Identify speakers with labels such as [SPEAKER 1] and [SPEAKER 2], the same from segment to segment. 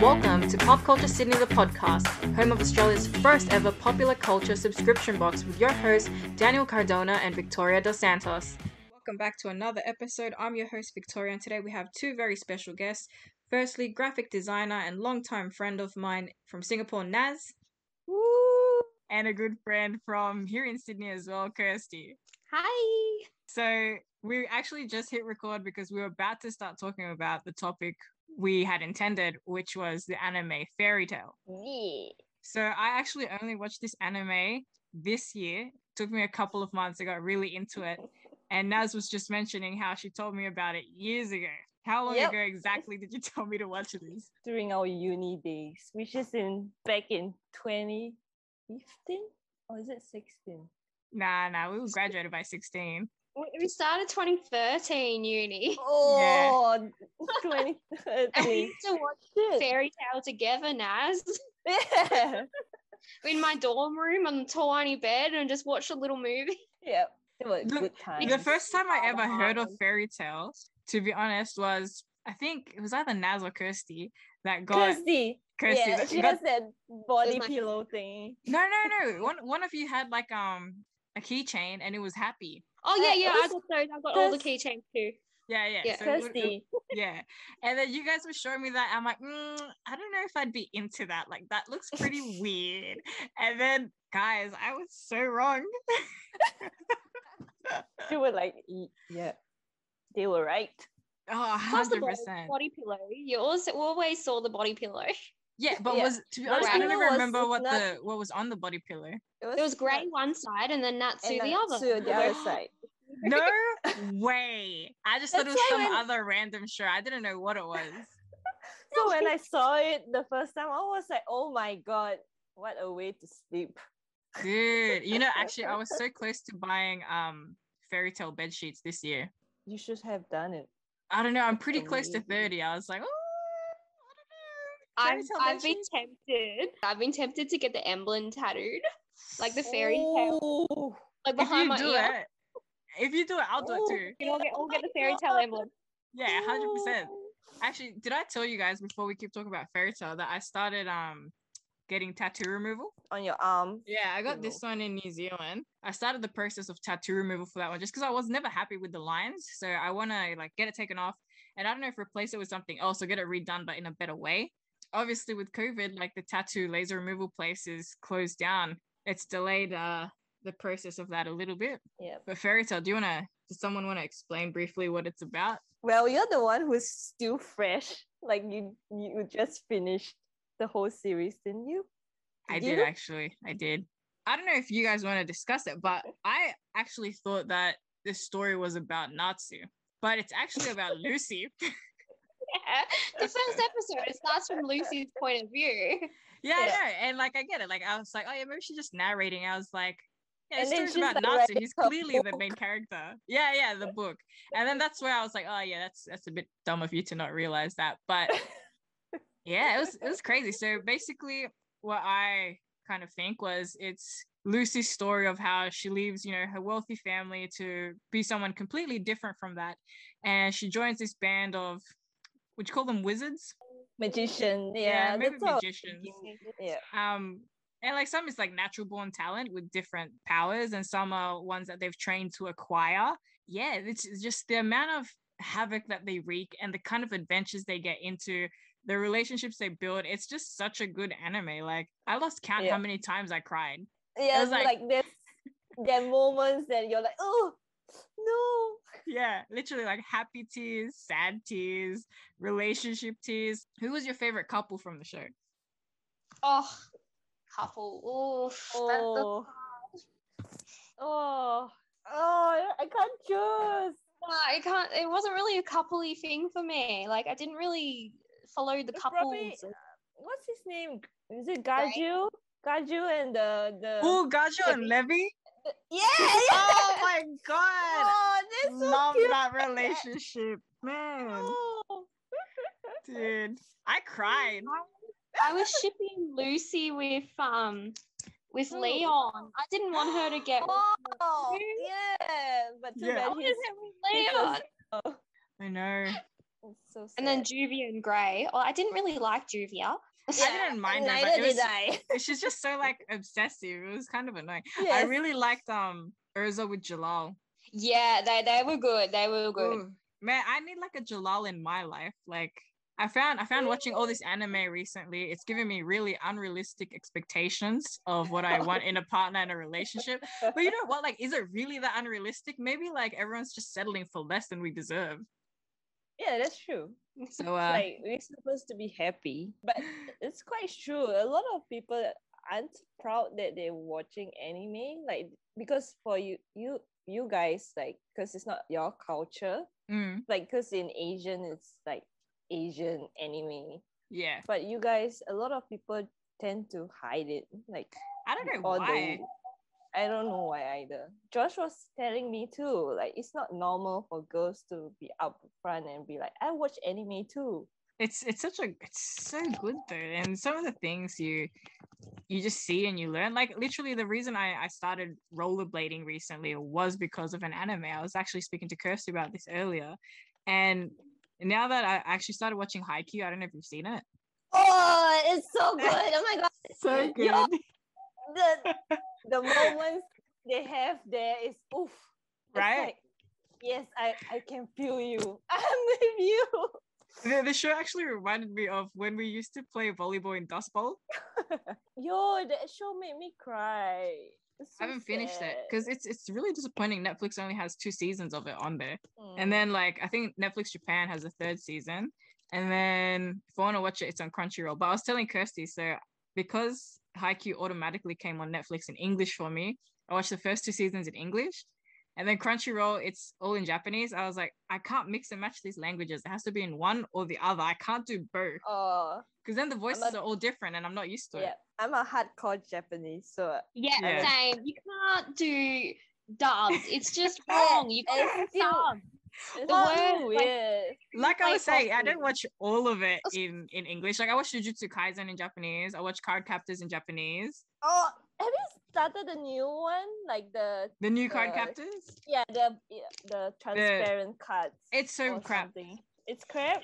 [SPEAKER 1] Welcome to Pop Culture Sydney, the podcast, home of Australia's first ever popular culture subscription box with your hosts, Daniel Cardona and Victoria Dos Santos. Welcome back to another episode. I'm your host, Victoria, and today we have two very special guests. Firstly, graphic designer and longtime friend of mine from Singapore, Naz,
[SPEAKER 2] Woo!
[SPEAKER 1] and a good friend from here in Sydney as well, Kirsty.
[SPEAKER 2] Hi!
[SPEAKER 1] So we actually just hit record because we were about to start talking about the topic we had intended, which was the anime fairy tale.
[SPEAKER 2] Yeah.
[SPEAKER 1] So I actually only watched this anime this year. took me a couple of months. I got really into it. And Naz was just mentioning how she told me about it years ago. How long
[SPEAKER 2] Yep.
[SPEAKER 1] ago exactly did you tell me to watch this?
[SPEAKER 2] During our uni days, which is in back in 2015 or is it 16?
[SPEAKER 1] Nah, nah, we were graduated by 16.
[SPEAKER 3] We we started 2013 uni.
[SPEAKER 2] Oh, 2013.
[SPEAKER 3] And we used to watch
[SPEAKER 2] Shit.
[SPEAKER 3] fairy tale together, Naz,
[SPEAKER 2] Yeah.
[SPEAKER 3] in my dorm room on the tiny bed and just watched a little movie.
[SPEAKER 2] yeah. They were
[SPEAKER 1] Look,
[SPEAKER 2] good times.
[SPEAKER 1] The first time I
[SPEAKER 3] Oh,
[SPEAKER 1] ever heard of
[SPEAKER 3] wow.
[SPEAKER 1] fairy tale, to be honest, was I think it was either Naz or Kirsty that got
[SPEAKER 2] Kirsty.
[SPEAKER 1] Kirsty
[SPEAKER 2] yeah,
[SPEAKER 1] that
[SPEAKER 2] she
[SPEAKER 1] got-
[SPEAKER 2] has that body
[SPEAKER 3] That's my-
[SPEAKER 2] pillow thing.
[SPEAKER 1] No, no, no. One one of you had like um a keychain and it was happy.
[SPEAKER 3] Oh
[SPEAKER 2] Uh,
[SPEAKER 3] yeah, yeah, I
[SPEAKER 2] also
[SPEAKER 3] got those. I got all the
[SPEAKER 2] Kirst-
[SPEAKER 3] keychains too.
[SPEAKER 1] Yeah, yeah.
[SPEAKER 3] Yeah.
[SPEAKER 1] so it would- it-
[SPEAKER 2] Kirsty.
[SPEAKER 1] yeah. And then you guys were showing me that. I'm like, mm, I don't know if I'd be into that. Like that looks pretty weird. And then guys, I was so wrong.
[SPEAKER 2] They were like, "Y- yeah. They were right.
[SPEAKER 1] Oh,
[SPEAKER 3] Plus the
[SPEAKER 1] hundred
[SPEAKER 3] body,
[SPEAKER 1] percent.
[SPEAKER 3] body pillow. You always always saw the body pillow.
[SPEAKER 1] Yeah, but
[SPEAKER 2] Yeah.
[SPEAKER 1] was to be
[SPEAKER 2] Body
[SPEAKER 1] honest, I don't
[SPEAKER 2] pillow
[SPEAKER 1] even
[SPEAKER 2] was
[SPEAKER 1] remember what
[SPEAKER 2] not-
[SPEAKER 1] the what was on the body pillow.
[SPEAKER 3] There was grey one side and then
[SPEAKER 2] and
[SPEAKER 3] Natsu the
[SPEAKER 2] then
[SPEAKER 3] other.
[SPEAKER 2] To the other side.
[SPEAKER 1] No way. I just thought it
[SPEAKER 2] That's
[SPEAKER 1] was
[SPEAKER 2] why
[SPEAKER 1] some
[SPEAKER 2] when-
[SPEAKER 1] other random show. I didn't know what it was.
[SPEAKER 2] So when I saw it the first time, I was like, oh my god, what a way to sleep.
[SPEAKER 1] Dude, you know, actually, I was so close to buying um fairy tale bed sheets this year.
[SPEAKER 2] You should have done it.
[SPEAKER 1] I don't know. I'm pretty close to
[SPEAKER 2] Ooh.
[SPEAKER 1] thirty. I was like, oh, I don't
[SPEAKER 3] I've,
[SPEAKER 1] know. Fairy tale bed
[SPEAKER 3] I've been
[SPEAKER 1] sheets?"
[SPEAKER 3] tempted. I've been tempted to get the emblem tattooed, like the fairy tale,
[SPEAKER 2] Ooh.
[SPEAKER 3] like
[SPEAKER 1] if
[SPEAKER 3] behind
[SPEAKER 1] you
[SPEAKER 3] my
[SPEAKER 1] do
[SPEAKER 3] ear.
[SPEAKER 1] it, if you do it, I'll do
[SPEAKER 2] Ooh.
[SPEAKER 1] it too.
[SPEAKER 3] You know, I'll get, I'll get the fairy
[SPEAKER 2] Oh my
[SPEAKER 3] tale
[SPEAKER 2] God.
[SPEAKER 3] emblem.
[SPEAKER 1] Yeah, hundred percent.
[SPEAKER 2] Ooh.
[SPEAKER 1] Actually, did I tell you guys before we keep talking about fairy tale that I started um getting tattoo removal?
[SPEAKER 2] On your arm.
[SPEAKER 1] Yeah, I got this one in New Zealand. I started the process of tattoo removal for that one just because I was never happy with the lines. So I want to like get it taken off and I don't know if replace it with something else or get it redone, but in a better way. Obviously, with COVID, like the tattoo laser removal place is closed down. It's delayed uh, the process of that a little bit.
[SPEAKER 2] Yeah.
[SPEAKER 1] But fairy tale, do you want to? Does someone want to explain briefly what it's about?
[SPEAKER 2] Well, you're the one who's still fresh. Like you you just finished the whole series, didn't you?
[SPEAKER 1] I
[SPEAKER 2] Did
[SPEAKER 1] did
[SPEAKER 2] you?
[SPEAKER 1] actually. I did. I don't know if you guys want to discuss it, but I actually thought that this story was about Natsu, but it's actually about Lucy.
[SPEAKER 3] Yeah. The first episode, it starts from Lucy's point of view.
[SPEAKER 1] Yeah, I
[SPEAKER 2] Yeah.
[SPEAKER 1] know. And like I get it. Like I was like, oh yeah, maybe she's just narrating. I was like, yeah,
[SPEAKER 2] And
[SPEAKER 1] it's
[SPEAKER 2] then
[SPEAKER 1] story's
[SPEAKER 2] she's
[SPEAKER 1] about
[SPEAKER 2] like
[SPEAKER 1] Natsu.
[SPEAKER 2] writing
[SPEAKER 1] He's
[SPEAKER 2] her
[SPEAKER 1] clearly the main character. Yeah, yeah, the book. And then that's where I was like, oh yeah, that's that's a bit dumb of you to not realize that. But yeah, it was it was crazy. So basically, what I kind of think was it's Lucy's story of how she leaves, you know, her wealthy family to be someone completely different from that, and she joins this band of would you call them wizards?
[SPEAKER 2] Magician.
[SPEAKER 1] Yeah,
[SPEAKER 2] Yeah.
[SPEAKER 1] maybe
[SPEAKER 2] that's all.
[SPEAKER 1] magicians
[SPEAKER 2] Yeah.
[SPEAKER 1] um and like some is like natural born talent with different powers and some are ones that they've trained to acquire yeah it's it's just the amount of havoc that they wreak and the kind of adventures they get into the relationships they build it's just such a good anime like i lost count
[SPEAKER 2] Yeah.
[SPEAKER 1] how many times i cried
[SPEAKER 2] Yeah.
[SPEAKER 1] was like-
[SPEAKER 2] Like, this there are moments that you're like, oh no.
[SPEAKER 1] yeah literally like happy tears sad tears relationship tears who was your favorite couple from the show
[SPEAKER 3] Oh, couple. Oof. Oh.
[SPEAKER 2] Oh. Oh. Oh, I can't choose.
[SPEAKER 3] I can't. It wasn't really a coupley thing for me. Like I didn't really follow the
[SPEAKER 2] It's probably-
[SPEAKER 3] couples.
[SPEAKER 2] What's his name? Is it
[SPEAKER 3] Right.
[SPEAKER 2] Gaju? Gaju and the the
[SPEAKER 1] oh gajo and levy
[SPEAKER 2] yeah. yeah.
[SPEAKER 1] oh my god
[SPEAKER 2] Oh, that's so
[SPEAKER 1] love
[SPEAKER 2] cute.
[SPEAKER 1] that relationship man
[SPEAKER 2] Oh.
[SPEAKER 1] dude i cried
[SPEAKER 3] I was shipping Lucy with um with
[SPEAKER 2] Who?
[SPEAKER 3] Leon. I didn't want her to get.
[SPEAKER 2] Hmm. Oh, yeah. But too
[SPEAKER 1] Yeah.
[SPEAKER 3] I
[SPEAKER 2] bad
[SPEAKER 3] wanted
[SPEAKER 2] he's
[SPEAKER 3] her with
[SPEAKER 2] he's
[SPEAKER 3] Leon.
[SPEAKER 2] also-
[SPEAKER 1] i know
[SPEAKER 2] it's So sad.
[SPEAKER 3] And then Juvia and Grey. Well, I didn't really like Juvia.
[SPEAKER 1] I didn't mind her, but
[SPEAKER 2] Neither
[SPEAKER 1] it was,
[SPEAKER 2] did I.
[SPEAKER 1] she's just so like obsessive. It was kind of annoying. I
[SPEAKER 2] Yes.
[SPEAKER 1] really liked um Urza with Jalal.
[SPEAKER 3] Yeah, they, they were good. They were good.
[SPEAKER 2] Hmm.
[SPEAKER 1] Ooh, man, I need like a Jalal in my life. Like I found I found watching all this anime recently, it's given me really unrealistic expectations of what I want in a partner and a relationship. But you know what? Like, is it really that unrealistic? Maybe like everyone's just settling for less than we deserve.
[SPEAKER 2] yeah, that's true.
[SPEAKER 1] So uh
[SPEAKER 2] like we're supposed to be happy, but it's quite true. A lot of people aren't proud that they're watching anime, like because for you, you, you guys, like because it's not your culture,
[SPEAKER 1] mm,
[SPEAKER 2] like because in Asian it's like Asian anime,
[SPEAKER 1] yeah.
[SPEAKER 2] but you guys, a lot of people tend to hide it, like
[SPEAKER 1] I don't know
[SPEAKER 2] all
[SPEAKER 1] why.
[SPEAKER 2] the. I don't know why either. Josh was telling me too, like it's not normal for girls to be upfront and be like, I watch anime too.
[SPEAKER 1] it's it's such a it's so good though and some of the things you you just see and you learn like literally the reason i i started rollerblading recently was because of an anime i was actually speaking to kirsty about this earlier and now that i actually started watching haikyuu i don't know if you've seen it
[SPEAKER 2] Oh, it's so good. Oh my god.
[SPEAKER 1] so
[SPEAKER 2] good. Yeah. The the moments they have there is oof. It's
[SPEAKER 1] Right?
[SPEAKER 2] like, yes, I, I can feel you. I'm with you.
[SPEAKER 1] the, the show actually reminded me of when we used to play volleyball in dust bowl
[SPEAKER 2] Yo, that show made me cry. It's so
[SPEAKER 1] i haven't finished it
[SPEAKER 2] sad.
[SPEAKER 1] because it's it's really disappointing netflix only has two seasons of it on there And
[SPEAKER 2] Mm.
[SPEAKER 1] then like I think Netflix Japan has a third season. And then if I want to watch it, it's on Crunchyroll. But I was telling Kirsty, so because Haikyuu automatically came on Netflix in English for me, I watched the first two seasons in English. And then Crunchyroll, it's all in Japanese. I was like, I can't mix and match these languages. It has to be in one or the other. I can't do both.
[SPEAKER 2] oh
[SPEAKER 1] Because then the voices
[SPEAKER 2] not-
[SPEAKER 1] are all different and I'm not used to it.
[SPEAKER 2] yeah. I'm a hardcore Japanese, so
[SPEAKER 3] Yeah,
[SPEAKER 1] Yeah.
[SPEAKER 3] same. You can't do dubs. It's just wrong. You can't
[SPEAKER 2] It's
[SPEAKER 3] do
[SPEAKER 2] still-
[SPEAKER 3] dubs.
[SPEAKER 2] it's
[SPEAKER 3] Oh,
[SPEAKER 2] so
[SPEAKER 3] like-
[SPEAKER 2] weird.
[SPEAKER 1] like I
[SPEAKER 3] play
[SPEAKER 1] was saying, I
[SPEAKER 3] properly.
[SPEAKER 1] didn't watch all of it
[SPEAKER 3] Also-
[SPEAKER 1] in, in English. Like I watched Jujutsu Kaisen in Japanese. I watched Card Captors in Japanese.
[SPEAKER 2] Oh, have you started the new one? Like the
[SPEAKER 1] The new Card
[SPEAKER 2] Uh,
[SPEAKER 1] Captors.
[SPEAKER 2] yeah, the yeah, the transparent cards.
[SPEAKER 1] It's so
[SPEAKER 2] or
[SPEAKER 1] crap.
[SPEAKER 2] something. It's crap. Oh.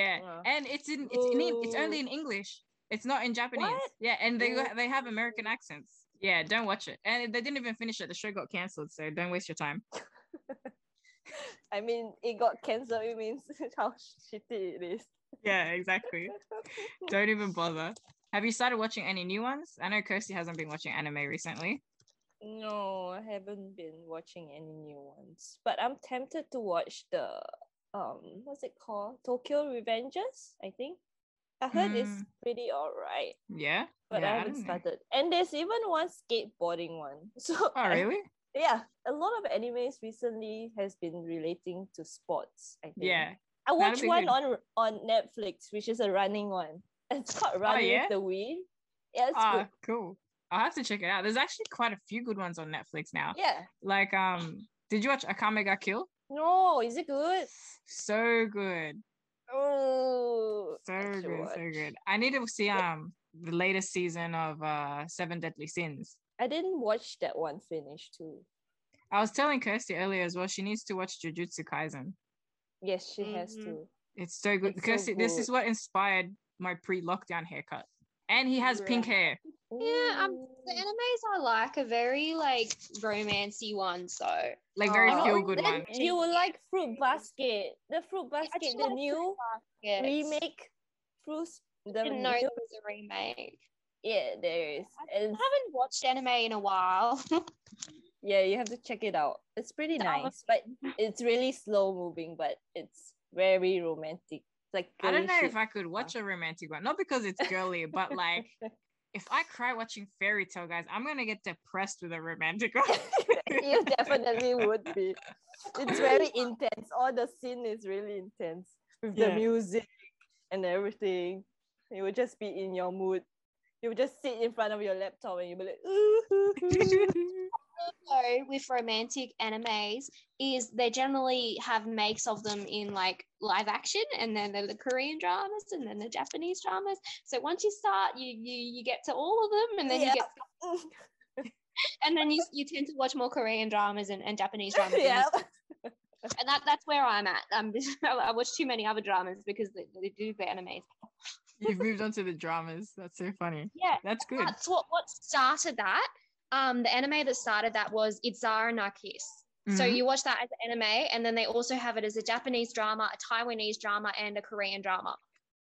[SPEAKER 1] Yeah.
[SPEAKER 2] Wow.
[SPEAKER 1] And it's in it's in Eng- it's only
[SPEAKER 2] Ooh.
[SPEAKER 1] in English. It's not in Japanese.
[SPEAKER 2] What?
[SPEAKER 1] Yeah, and they go- they have American accents. Yeah, don't watch it. And they didn't even finish it. The show got cancelled, so don't waste your time.
[SPEAKER 2] I mean, it got cancelled. It means how shitty it is.
[SPEAKER 1] Yeah, exactly. don't even bother. Have you started watching any new ones? I know Kirsty hasn't been watching anime recently.
[SPEAKER 2] no, I haven't been watching any new ones, but I'm tempted to watch the um, what's it called? Tokyo Revengers. I think I heard it's
[SPEAKER 1] Mm.
[SPEAKER 2] pretty alright,
[SPEAKER 1] Yeah.
[SPEAKER 2] but
[SPEAKER 1] Yeah,
[SPEAKER 2] I
[SPEAKER 1] I
[SPEAKER 2] haven't
[SPEAKER 1] don't know.
[SPEAKER 2] started. And there's even one skateboarding one. So
[SPEAKER 1] Oh
[SPEAKER 2] I-
[SPEAKER 1] really?
[SPEAKER 2] yeah, a lot of animes recently has been relating to sports. I think.
[SPEAKER 1] Yeah.
[SPEAKER 2] I watched
[SPEAKER 1] be
[SPEAKER 2] one
[SPEAKER 1] good.
[SPEAKER 2] on on Netflix, which is a running one. It's called Running
[SPEAKER 1] Oh, yeah?
[SPEAKER 2] with the Wheel. Yeah, it's
[SPEAKER 1] Ah,
[SPEAKER 2] good.
[SPEAKER 1] cool. I'll have to check it out. There's actually quite a few good ones on Netflix now.
[SPEAKER 2] Yeah.
[SPEAKER 1] Like um did you watch Akame ga Kill?
[SPEAKER 2] No, is it good?
[SPEAKER 1] So good.
[SPEAKER 2] Oh,
[SPEAKER 1] so
[SPEAKER 2] I
[SPEAKER 1] good,
[SPEAKER 2] should
[SPEAKER 1] so
[SPEAKER 2] watch.
[SPEAKER 1] good. I need to see um the latest season of uh Seven Deadly Sins.
[SPEAKER 2] I didn't watch that one finish too.
[SPEAKER 1] I was telling Kirsty earlier as well. She needs to watch Jujutsu Kaisen.
[SPEAKER 2] Yes, she has
[SPEAKER 1] Mm-hmm.
[SPEAKER 3] Mhm.
[SPEAKER 2] to.
[SPEAKER 1] It's so good.
[SPEAKER 2] It's so
[SPEAKER 1] Kirsty, this is
[SPEAKER 2] good.
[SPEAKER 1] what inspired my pre-lockdown haircut, and he has pink
[SPEAKER 2] Right.
[SPEAKER 1] hair.
[SPEAKER 3] Yeah, um, The
[SPEAKER 2] Ooh.
[SPEAKER 3] animes I like are very like romancy ones though.
[SPEAKER 1] Like very
[SPEAKER 2] Oh,
[SPEAKER 1] feel good
[SPEAKER 2] then
[SPEAKER 1] one.
[SPEAKER 2] You will like Fruit Basket. The Fruit Basket,
[SPEAKER 3] just
[SPEAKER 2] the
[SPEAKER 3] like Fruit
[SPEAKER 2] new
[SPEAKER 3] Yeah.
[SPEAKER 2] remake. Fruit. The
[SPEAKER 3] I didn't know there
[SPEAKER 2] new-
[SPEAKER 3] was a remake.
[SPEAKER 2] yeah, there is.
[SPEAKER 3] I
[SPEAKER 2] And
[SPEAKER 3] haven't watched anime in a while.
[SPEAKER 2] Yeah, you have to check it out. It's pretty
[SPEAKER 3] The other-
[SPEAKER 2] nice, but it's really slow moving, but it's very romantic. It's Like
[SPEAKER 1] I don't
[SPEAKER 2] girly
[SPEAKER 1] know
[SPEAKER 2] shit.
[SPEAKER 1] if I could watch a romantic one, not because it's girly, but like if I cry watching fairy tale guys, I'm gonna get depressed with a romantic one.
[SPEAKER 2] you definitely would be. It's very intense. All the scene is really intense with the
[SPEAKER 1] Yeah.
[SPEAKER 2] music and everything. You would just be in your mood. You would just sit in front of your laptop and you'd be like, ooh, hoo, hoo."
[SPEAKER 3] also with romantic animes is they generally have makes of them in like live action and then they're the Korean dramas and then the Japanese dramas. So once you start you you, you get to all of them and then you
[SPEAKER 2] Yeah.
[SPEAKER 3] get and then you, you tend to watch more Korean dramas and, and Japanese dramas. than you
[SPEAKER 2] yeah.
[SPEAKER 3] and that, that's where I'm at. I'm just, I watch too many other dramas because they, they do the animes.
[SPEAKER 1] You've moved on to the dramas. That's so funny.
[SPEAKER 3] Yeah,
[SPEAKER 1] That's good.
[SPEAKER 3] that's what what started that. Um, the anime that started that was Itzara na Kiss. So
[SPEAKER 1] Mhm.
[SPEAKER 3] you watch that as an anime, and then they also have it as a Japanese drama, a Taiwanese drama, and a Korean drama.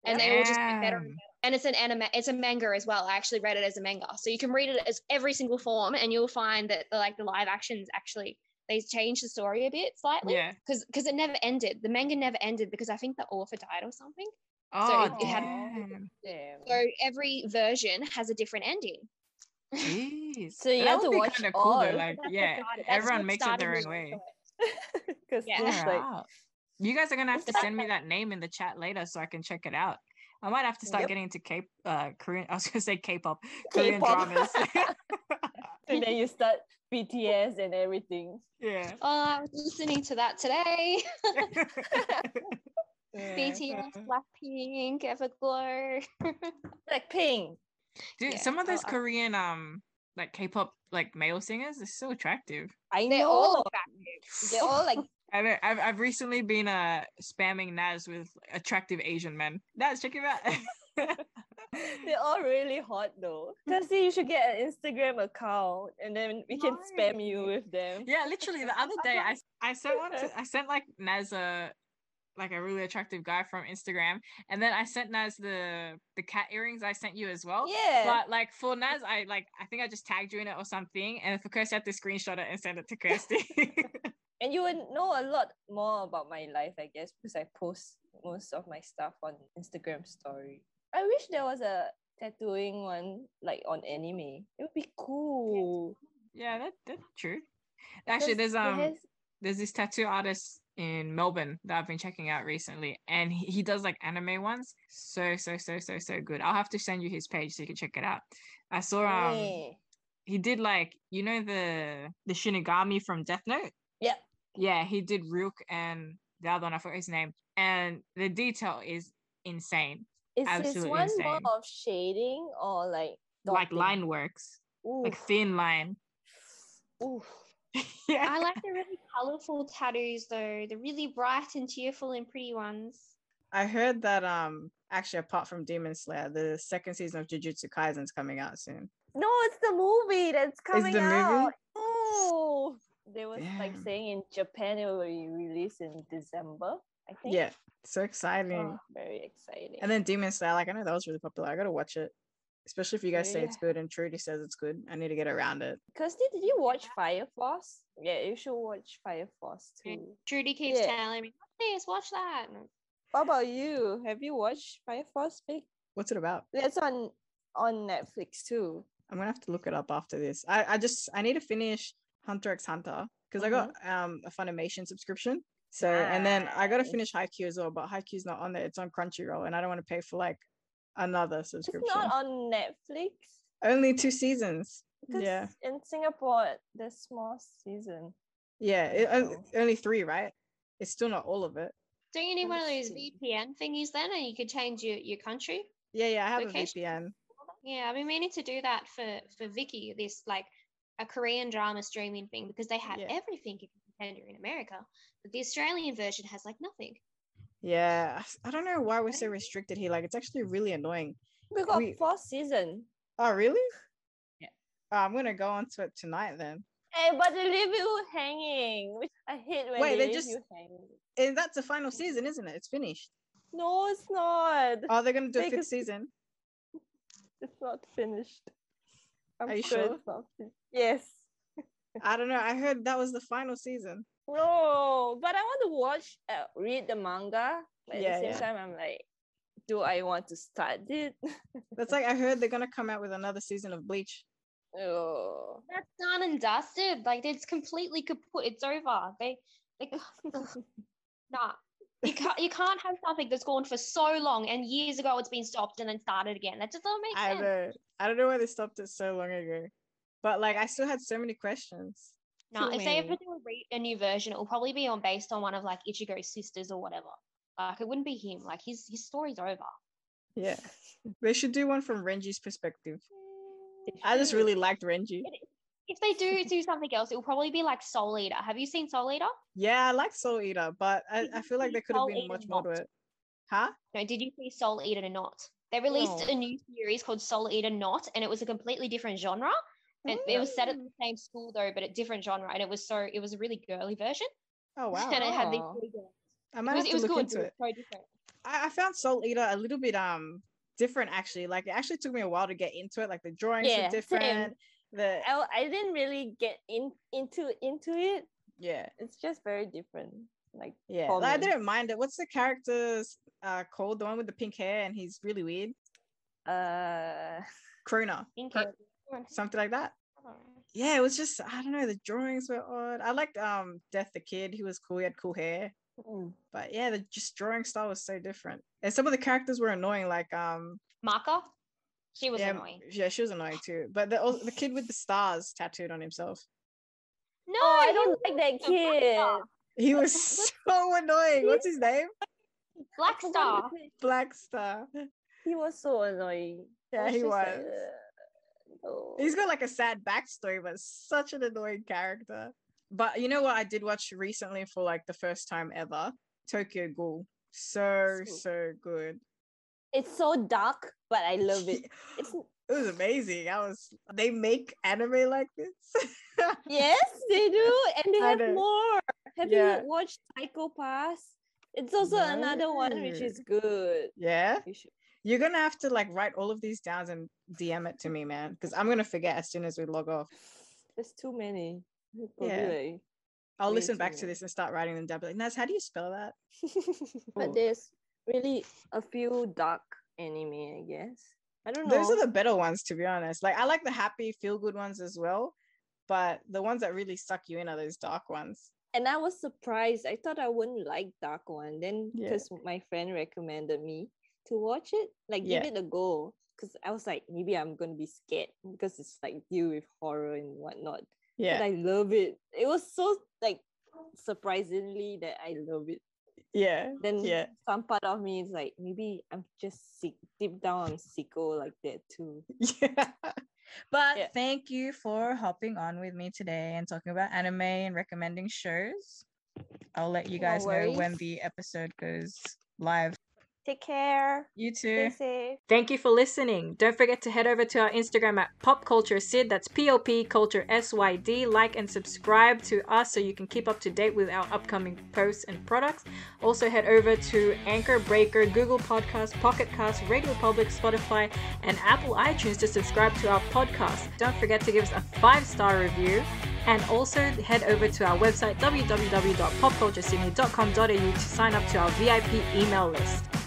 [SPEAKER 3] And they all just get better and
[SPEAKER 1] Damn.
[SPEAKER 3] and it's an anime it's a manga as well i actually read it as a manga so you can read it as every single form and you'll find that the, like the live actions actually they changed the story a bit slightly
[SPEAKER 1] Yeah.
[SPEAKER 3] because it never ended the manga never ended because i think the author died or something
[SPEAKER 1] Oh,
[SPEAKER 3] it had-
[SPEAKER 1] damn.
[SPEAKER 2] Damn.
[SPEAKER 3] so every version has a different ending
[SPEAKER 1] Jeez.
[SPEAKER 2] So you
[SPEAKER 1] That
[SPEAKER 2] have
[SPEAKER 1] would
[SPEAKER 2] to
[SPEAKER 1] be
[SPEAKER 2] watch
[SPEAKER 1] kinda
[SPEAKER 2] all.
[SPEAKER 1] though, Like,
[SPEAKER 3] That's what
[SPEAKER 1] yeah,
[SPEAKER 3] started- that's
[SPEAKER 1] everyone
[SPEAKER 3] what
[SPEAKER 1] makes it
[SPEAKER 3] started
[SPEAKER 1] their
[SPEAKER 3] me
[SPEAKER 1] own
[SPEAKER 3] into
[SPEAKER 1] way.
[SPEAKER 2] Because
[SPEAKER 3] Yeah.
[SPEAKER 2] it's like
[SPEAKER 1] Wow. You guys are gonna have
[SPEAKER 3] It's
[SPEAKER 1] to
[SPEAKER 3] like
[SPEAKER 1] send me that name in the chat later so I can check it out. I might have to start
[SPEAKER 2] Yep.
[SPEAKER 1] getting into K uh Korean I was gonna say K-pop, Korean
[SPEAKER 2] K-pop.
[SPEAKER 1] dramas.
[SPEAKER 2] and then you start BTS and everything.
[SPEAKER 1] yeah.
[SPEAKER 3] oh i was listening to that today bts blackpink everglow
[SPEAKER 2] Like Pink.
[SPEAKER 1] Dude,
[SPEAKER 3] Yeah,
[SPEAKER 1] some of
[SPEAKER 3] oh,
[SPEAKER 1] those
[SPEAKER 3] I-
[SPEAKER 1] Korean um like K-pop like male singers are so attractive.
[SPEAKER 2] I
[SPEAKER 3] they're
[SPEAKER 2] know.
[SPEAKER 3] all attractive.
[SPEAKER 2] They're all like
[SPEAKER 1] I don't- I've, I've recently been uh spamming Naz with attractive Asian men. Naz, check him out.
[SPEAKER 2] they're all really hot though. Kasi, you should get an Instagram account and then we can spam you with them.
[SPEAKER 1] yeah, literally the other day I s- I sent one to, I sent like Naz a like a really attractive guy from Instagram, and then I sent Naz the the cat earrings I sent you as well.
[SPEAKER 2] Yeah.
[SPEAKER 1] But like for Naz, I like I think I just tagged you in it or something, and for Kirsty, I had to screenshot it and send it to Kirsty.
[SPEAKER 2] and you would know a lot more about my life, I guess, because I post most of my stuff on Instagram story. I wish there was a tattooing one like on anime. It would be cool.
[SPEAKER 1] Yeah, that that's true. Actually,
[SPEAKER 2] Because
[SPEAKER 1] there's
[SPEAKER 2] it
[SPEAKER 1] um
[SPEAKER 2] has-
[SPEAKER 1] there's this tattoo artist in Melbourne that I've been checking out recently, and he, he does like anime ones. So so so so so good. I'll have to send you his page so you can check it out. I saw um
[SPEAKER 2] Yeah.
[SPEAKER 1] he did like you know the the Shinigami from Death Note.
[SPEAKER 2] Yep.
[SPEAKER 1] Yeah, he did Ryuk and the other one I forgot his name, and the detail is insane.
[SPEAKER 2] Is this
[SPEAKER 1] absolutely
[SPEAKER 2] one more
[SPEAKER 1] insane.
[SPEAKER 2] of shading or like
[SPEAKER 1] Like
[SPEAKER 2] dotting?
[SPEAKER 1] line works, like
[SPEAKER 2] Oof,
[SPEAKER 1] thin line.
[SPEAKER 2] oof.
[SPEAKER 1] yeah.
[SPEAKER 3] i like the really colorful tattoos though the really bright and cheerful and pretty ones
[SPEAKER 4] I heard that um actually apart from Demon Slayer, the second season of Jujutsu Kaisen is coming out soon.
[SPEAKER 2] No, it's the movie that's coming
[SPEAKER 4] the movie?
[SPEAKER 2] out. Oh, they was like
[SPEAKER 4] Damn.
[SPEAKER 2] saying in Japan it will be released in December. I think.
[SPEAKER 4] Yeah, so exciting.
[SPEAKER 2] Oh, very exciting.
[SPEAKER 4] And then Demon Slayer, like I know that was really popular. I gotta watch it, especially if you guys say it's
[SPEAKER 2] Yeah.
[SPEAKER 4] good and Trudy says it's good. I need to get around it.
[SPEAKER 2] Kirsty, did you watch Fire Force? Yeah, you should watch Fire Force
[SPEAKER 3] Yeah.
[SPEAKER 2] too.
[SPEAKER 3] Trudy keeps
[SPEAKER 2] Yeah.
[SPEAKER 3] telling me, watch this, watch that. And I'm-
[SPEAKER 2] What about you? Have you watched Fire Force? Big?
[SPEAKER 4] What's it about?
[SPEAKER 2] That's on on Netflix too.
[SPEAKER 4] I'm gonna have to look it up after this. I, I just I need to finish Hunter x Hunter because I got um a Funimation subscription. So and then I gotta
[SPEAKER 2] Mm-hmm. Nice.
[SPEAKER 4] finish Haikyuu as well, but Haikyuu's not on there. It's on Crunchyroll, and I don't want to pay for like another
[SPEAKER 2] It's
[SPEAKER 4] subscription.
[SPEAKER 2] not on Netflix.
[SPEAKER 4] Only two seasons.
[SPEAKER 2] Because
[SPEAKER 4] Yeah,
[SPEAKER 2] in Singapore, there's more season.
[SPEAKER 4] yeah. It, on-
[SPEAKER 2] Wow.
[SPEAKER 4] only three, right? It's still not all of it.
[SPEAKER 3] Don't you need one of those
[SPEAKER 2] Interesting.
[SPEAKER 3] VPN thingies then and you could change your, your country?
[SPEAKER 4] Yeah, yeah. I have
[SPEAKER 3] Location.
[SPEAKER 4] a VPN.
[SPEAKER 3] Yeah, I've been meaning to do that for, for Vicky, this like a Korean drama streaming thing because they have
[SPEAKER 4] Yeah.
[SPEAKER 3] everything you can pretend you're in America, but the Australian version has like nothing.
[SPEAKER 4] Yeah, I s- I don't know why we're so
[SPEAKER 3] Right.
[SPEAKER 4] restricted here. Like, it's actually really annoying.
[SPEAKER 2] We got
[SPEAKER 4] We-
[SPEAKER 2] four season.
[SPEAKER 4] Oh, really?
[SPEAKER 1] Yeah.
[SPEAKER 4] Oh, I'm gonna go on to it tonight then.
[SPEAKER 2] Hey, Eh, but they leave you hanging. Which I hate when
[SPEAKER 4] Wait,
[SPEAKER 2] they
[SPEAKER 4] they
[SPEAKER 2] leave
[SPEAKER 4] just-
[SPEAKER 2] you hanging.
[SPEAKER 4] And that's the final season, isn't it? It's finished.
[SPEAKER 2] No, it's not.
[SPEAKER 4] Oh, they're gonna do a
[SPEAKER 2] Take
[SPEAKER 4] fifth
[SPEAKER 2] us-
[SPEAKER 4] season.
[SPEAKER 2] It's not finished. I'm
[SPEAKER 4] Are you sure?
[SPEAKER 2] it's not fin- Yes.
[SPEAKER 4] I don't know. I heard that was the final season.
[SPEAKER 2] No, but I want to watch, uh, read the manga. But at
[SPEAKER 4] Yeah,
[SPEAKER 2] the same
[SPEAKER 4] yeah.
[SPEAKER 2] time, I'm like, do I want to start it?
[SPEAKER 4] That's like I heard they're gonna come out with another season of Bleach.
[SPEAKER 2] oh.
[SPEAKER 3] That's done and dusted. Like it's completely kaput. It's over. They they nah. You can't, you can't have something that's gone for so long and years ago it's been stopped and then started again. That just doesn't make
[SPEAKER 4] I
[SPEAKER 3] sense.
[SPEAKER 4] know. I don't know why they stopped it so long ago. But like, I still had so many questions.
[SPEAKER 3] No,
[SPEAKER 2] Too
[SPEAKER 3] if they ever
[SPEAKER 2] many.
[SPEAKER 3] do a, re- a new version, it will probably be on based on one of like Ichigo's sisters or whatever. Like it wouldn't be him. Like his his story's over.
[SPEAKER 4] Yeah, they should do one from Renji's perspective.
[SPEAKER 2] They
[SPEAKER 4] I just
[SPEAKER 2] should.
[SPEAKER 4] really liked Renji.
[SPEAKER 3] if they do do something else, it will probably be like Soul Eater. Have you seen Soul Eater?
[SPEAKER 4] Yeah, I like Soul Eater, but I,
[SPEAKER 3] Did
[SPEAKER 4] I
[SPEAKER 3] you
[SPEAKER 4] feel like
[SPEAKER 3] see
[SPEAKER 4] there could have
[SPEAKER 3] Soul
[SPEAKER 4] been
[SPEAKER 3] Eater
[SPEAKER 4] much more to
[SPEAKER 3] Not?
[SPEAKER 4] it. Huh?
[SPEAKER 3] No, did you see Soul Eater or not? They released
[SPEAKER 4] No.
[SPEAKER 3] a new series called Soul Eater Not, and it was a completely different genre. And it was set at
[SPEAKER 4] Mm.
[SPEAKER 3] the same school though, but a different genre. And it was so it was a really girly version.
[SPEAKER 4] Oh wow.
[SPEAKER 3] And it had these
[SPEAKER 2] Wow.
[SPEAKER 3] three girls.
[SPEAKER 4] I
[SPEAKER 3] It
[SPEAKER 4] might
[SPEAKER 3] was,
[SPEAKER 4] have
[SPEAKER 3] it
[SPEAKER 4] to
[SPEAKER 3] was
[SPEAKER 4] look
[SPEAKER 3] good.
[SPEAKER 4] into
[SPEAKER 3] it
[SPEAKER 4] it.
[SPEAKER 3] was so different.
[SPEAKER 4] I, I found Soul Eater a little bit um different actually. Like it actually took me a while to get into it. Like the drawings
[SPEAKER 2] Yeah, same.
[SPEAKER 4] are different. The
[SPEAKER 2] I, I didn't really get in into into it.
[SPEAKER 4] yeah,
[SPEAKER 2] It's just very different. Like
[SPEAKER 4] yeah.
[SPEAKER 2] For
[SPEAKER 4] Like, I
[SPEAKER 2] me.
[SPEAKER 4] didn't mind it. What's the character's uh called? The one with the pink hair and he's really weird.
[SPEAKER 2] uh
[SPEAKER 4] Krona,
[SPEAKER 3] Pink
[SPEAKER 4] Cr-
[SPEAKER 3] hair.
[SPEAKER 4] something like that.
[SPEAKER 3] Oh.
[SPEAKER 4] Yeah, it was just I don't know. The drawings were odd. I liked um Death the Kid. He was cool. He had cool hair.
[SPEAKER 2] Oh,
[SPEAKER 4] But yeah, the just drawing style was so different. And some of the characters were annoying. Like um
[SPEAKER 3] Marker. She was
[SPEAKER 4] yeah,
[SPEAKER 3] annoying.
[SPEAKER 4] yeah, she was annoying too. But the al- the kid with the stars tattooed on himself.
[SPEAKER 3] No,
[SPEAKER 2] Oh, I
[SPEAKER 3] he
[SPEAKER 2] don't
[SPEAKER 3] was
[SPEAKER 2] like that
[SPEAKER 3] awesome. Black
[SPEAKER 2] kid.
[SPEAKER 3] Star.
[SPEAKER 4] He was so annoying. What's his name?
[SPEAKER 3] Black
[SPEAKER 2] Forgot
[SPEAKER 3] Star.
[SPEAKER 2] his name.
[SPEAKER 4] Black Star.
[SPEAKER 2] He was so annoying. I
[SPEAKER 4] Yeah, he
[SPEAKER 2] just like,
[SPEAKER 4] was.
[SPEAKER 2] uh, no.
[SPEAKER 4] He's got like a sad backstory, but such an annoying character. But you know what I did watch recently for like the first time ever? Tokyo Ghoul. So
[SPEAKER 2] Sweet.
[SPEAKER 4] so good.
[SPEAKER 2] It's so dark, but I love it.
[SPEAKER 4] it
[SPEAKER 2] It's
[SPEAKER 4] was amazing. I was they make anime like this.
[SPEAKER 2] yes, they do, and they
[SPEAKER 4] I
[SPEAKER 2] have
[SPEAKER 4] know.
[SPEAKER 2] more. Have
[SPEAKER 4] Yeah.
[SPEAKER 2] you watched Psycho Pass? It's also another one which is good.
[SPEAKER 4] yeah.
[SPEAKER 2] You should.
[SPEAKER 4] You're gonna have to like write all of these down and DM it to me, man. Because I'm gonna forget as soon as we log off.
[SPEAKER 2] There's too many. Probably
[SPEAKER 4] Yeah.
[SPEAKER 2] like-
[SPEAKER 4] I'll
[SPEAKER 2] Me
[SPEAKER 4] listen back
[SPEAKER 2] too.
[SPEAKER 4] to this and start writing them down. Be Like, Naz, how do you spell that? Cool.
[SPEAKER 2] but there's really a few dark anime, I guess. I don't know.
[SPEAKER 4] Those are the better ones, to be honest. Like I like the happy, feel good ones as well, but the ones that really suck you in are those dark ones.
[SPEAKER 2] and I was surprised. I thought I wouldn't like Dark One. Then
[SPEAKER 4] Yeah.
[SPEAKER 2] because my friend recommended me to watch it, like
[SPEAKER 4] Yeah.
[SPEAKER 2] give it a go. Because I was like, maybe I'm gonna be scared because it's like deal with horror and whatnot.
[SPEAKER 4] Yeah,
[SPEAKER 2] But I love it. It was so like surprisingly that I love it.
[SPEAKER 4] yeah,
[SPEAKER 2] Then
[SPEAKER 4] yeah,
[SPEAKER 2] some part of me is like, maybe I'm just sick deep down I'm sicko like that too.
[SPEAKER 4] yeah. But
[SPEAKER 2] Yeah.
[SPEAKER 4] thank you for hopping on with me today and talking about anime and recommending shows. I'll let you
[SPEAKER 2] No
[SPEAKER 4] guys know when
[SPEAKER 2] worries.
[SPEAKER 4] the episode goes live.
[SPEAKER 2] Take care.
[SPEAKER 4] You
[SPEAKER 2] Stay
[SPEAKER 4] too.
[SPEAKER 2] safe.
[SPEAKER 1] Thank you for listening. Don't forget to head over to our Instagram at popculturesid. That's P O P culture S Y D. Like and subscribe to us so you can keep up to date with our upcoming posts and products. Also head over to Anchor Breaker, Google Podcasts, Pocket Cast, Radio Public, Spotify, and Apple iTunes to subscribe to our podcast. Don't forget to give us a five-star review. And also head over to our website www.popculturesydney.com.au to sign up to our VIP email list.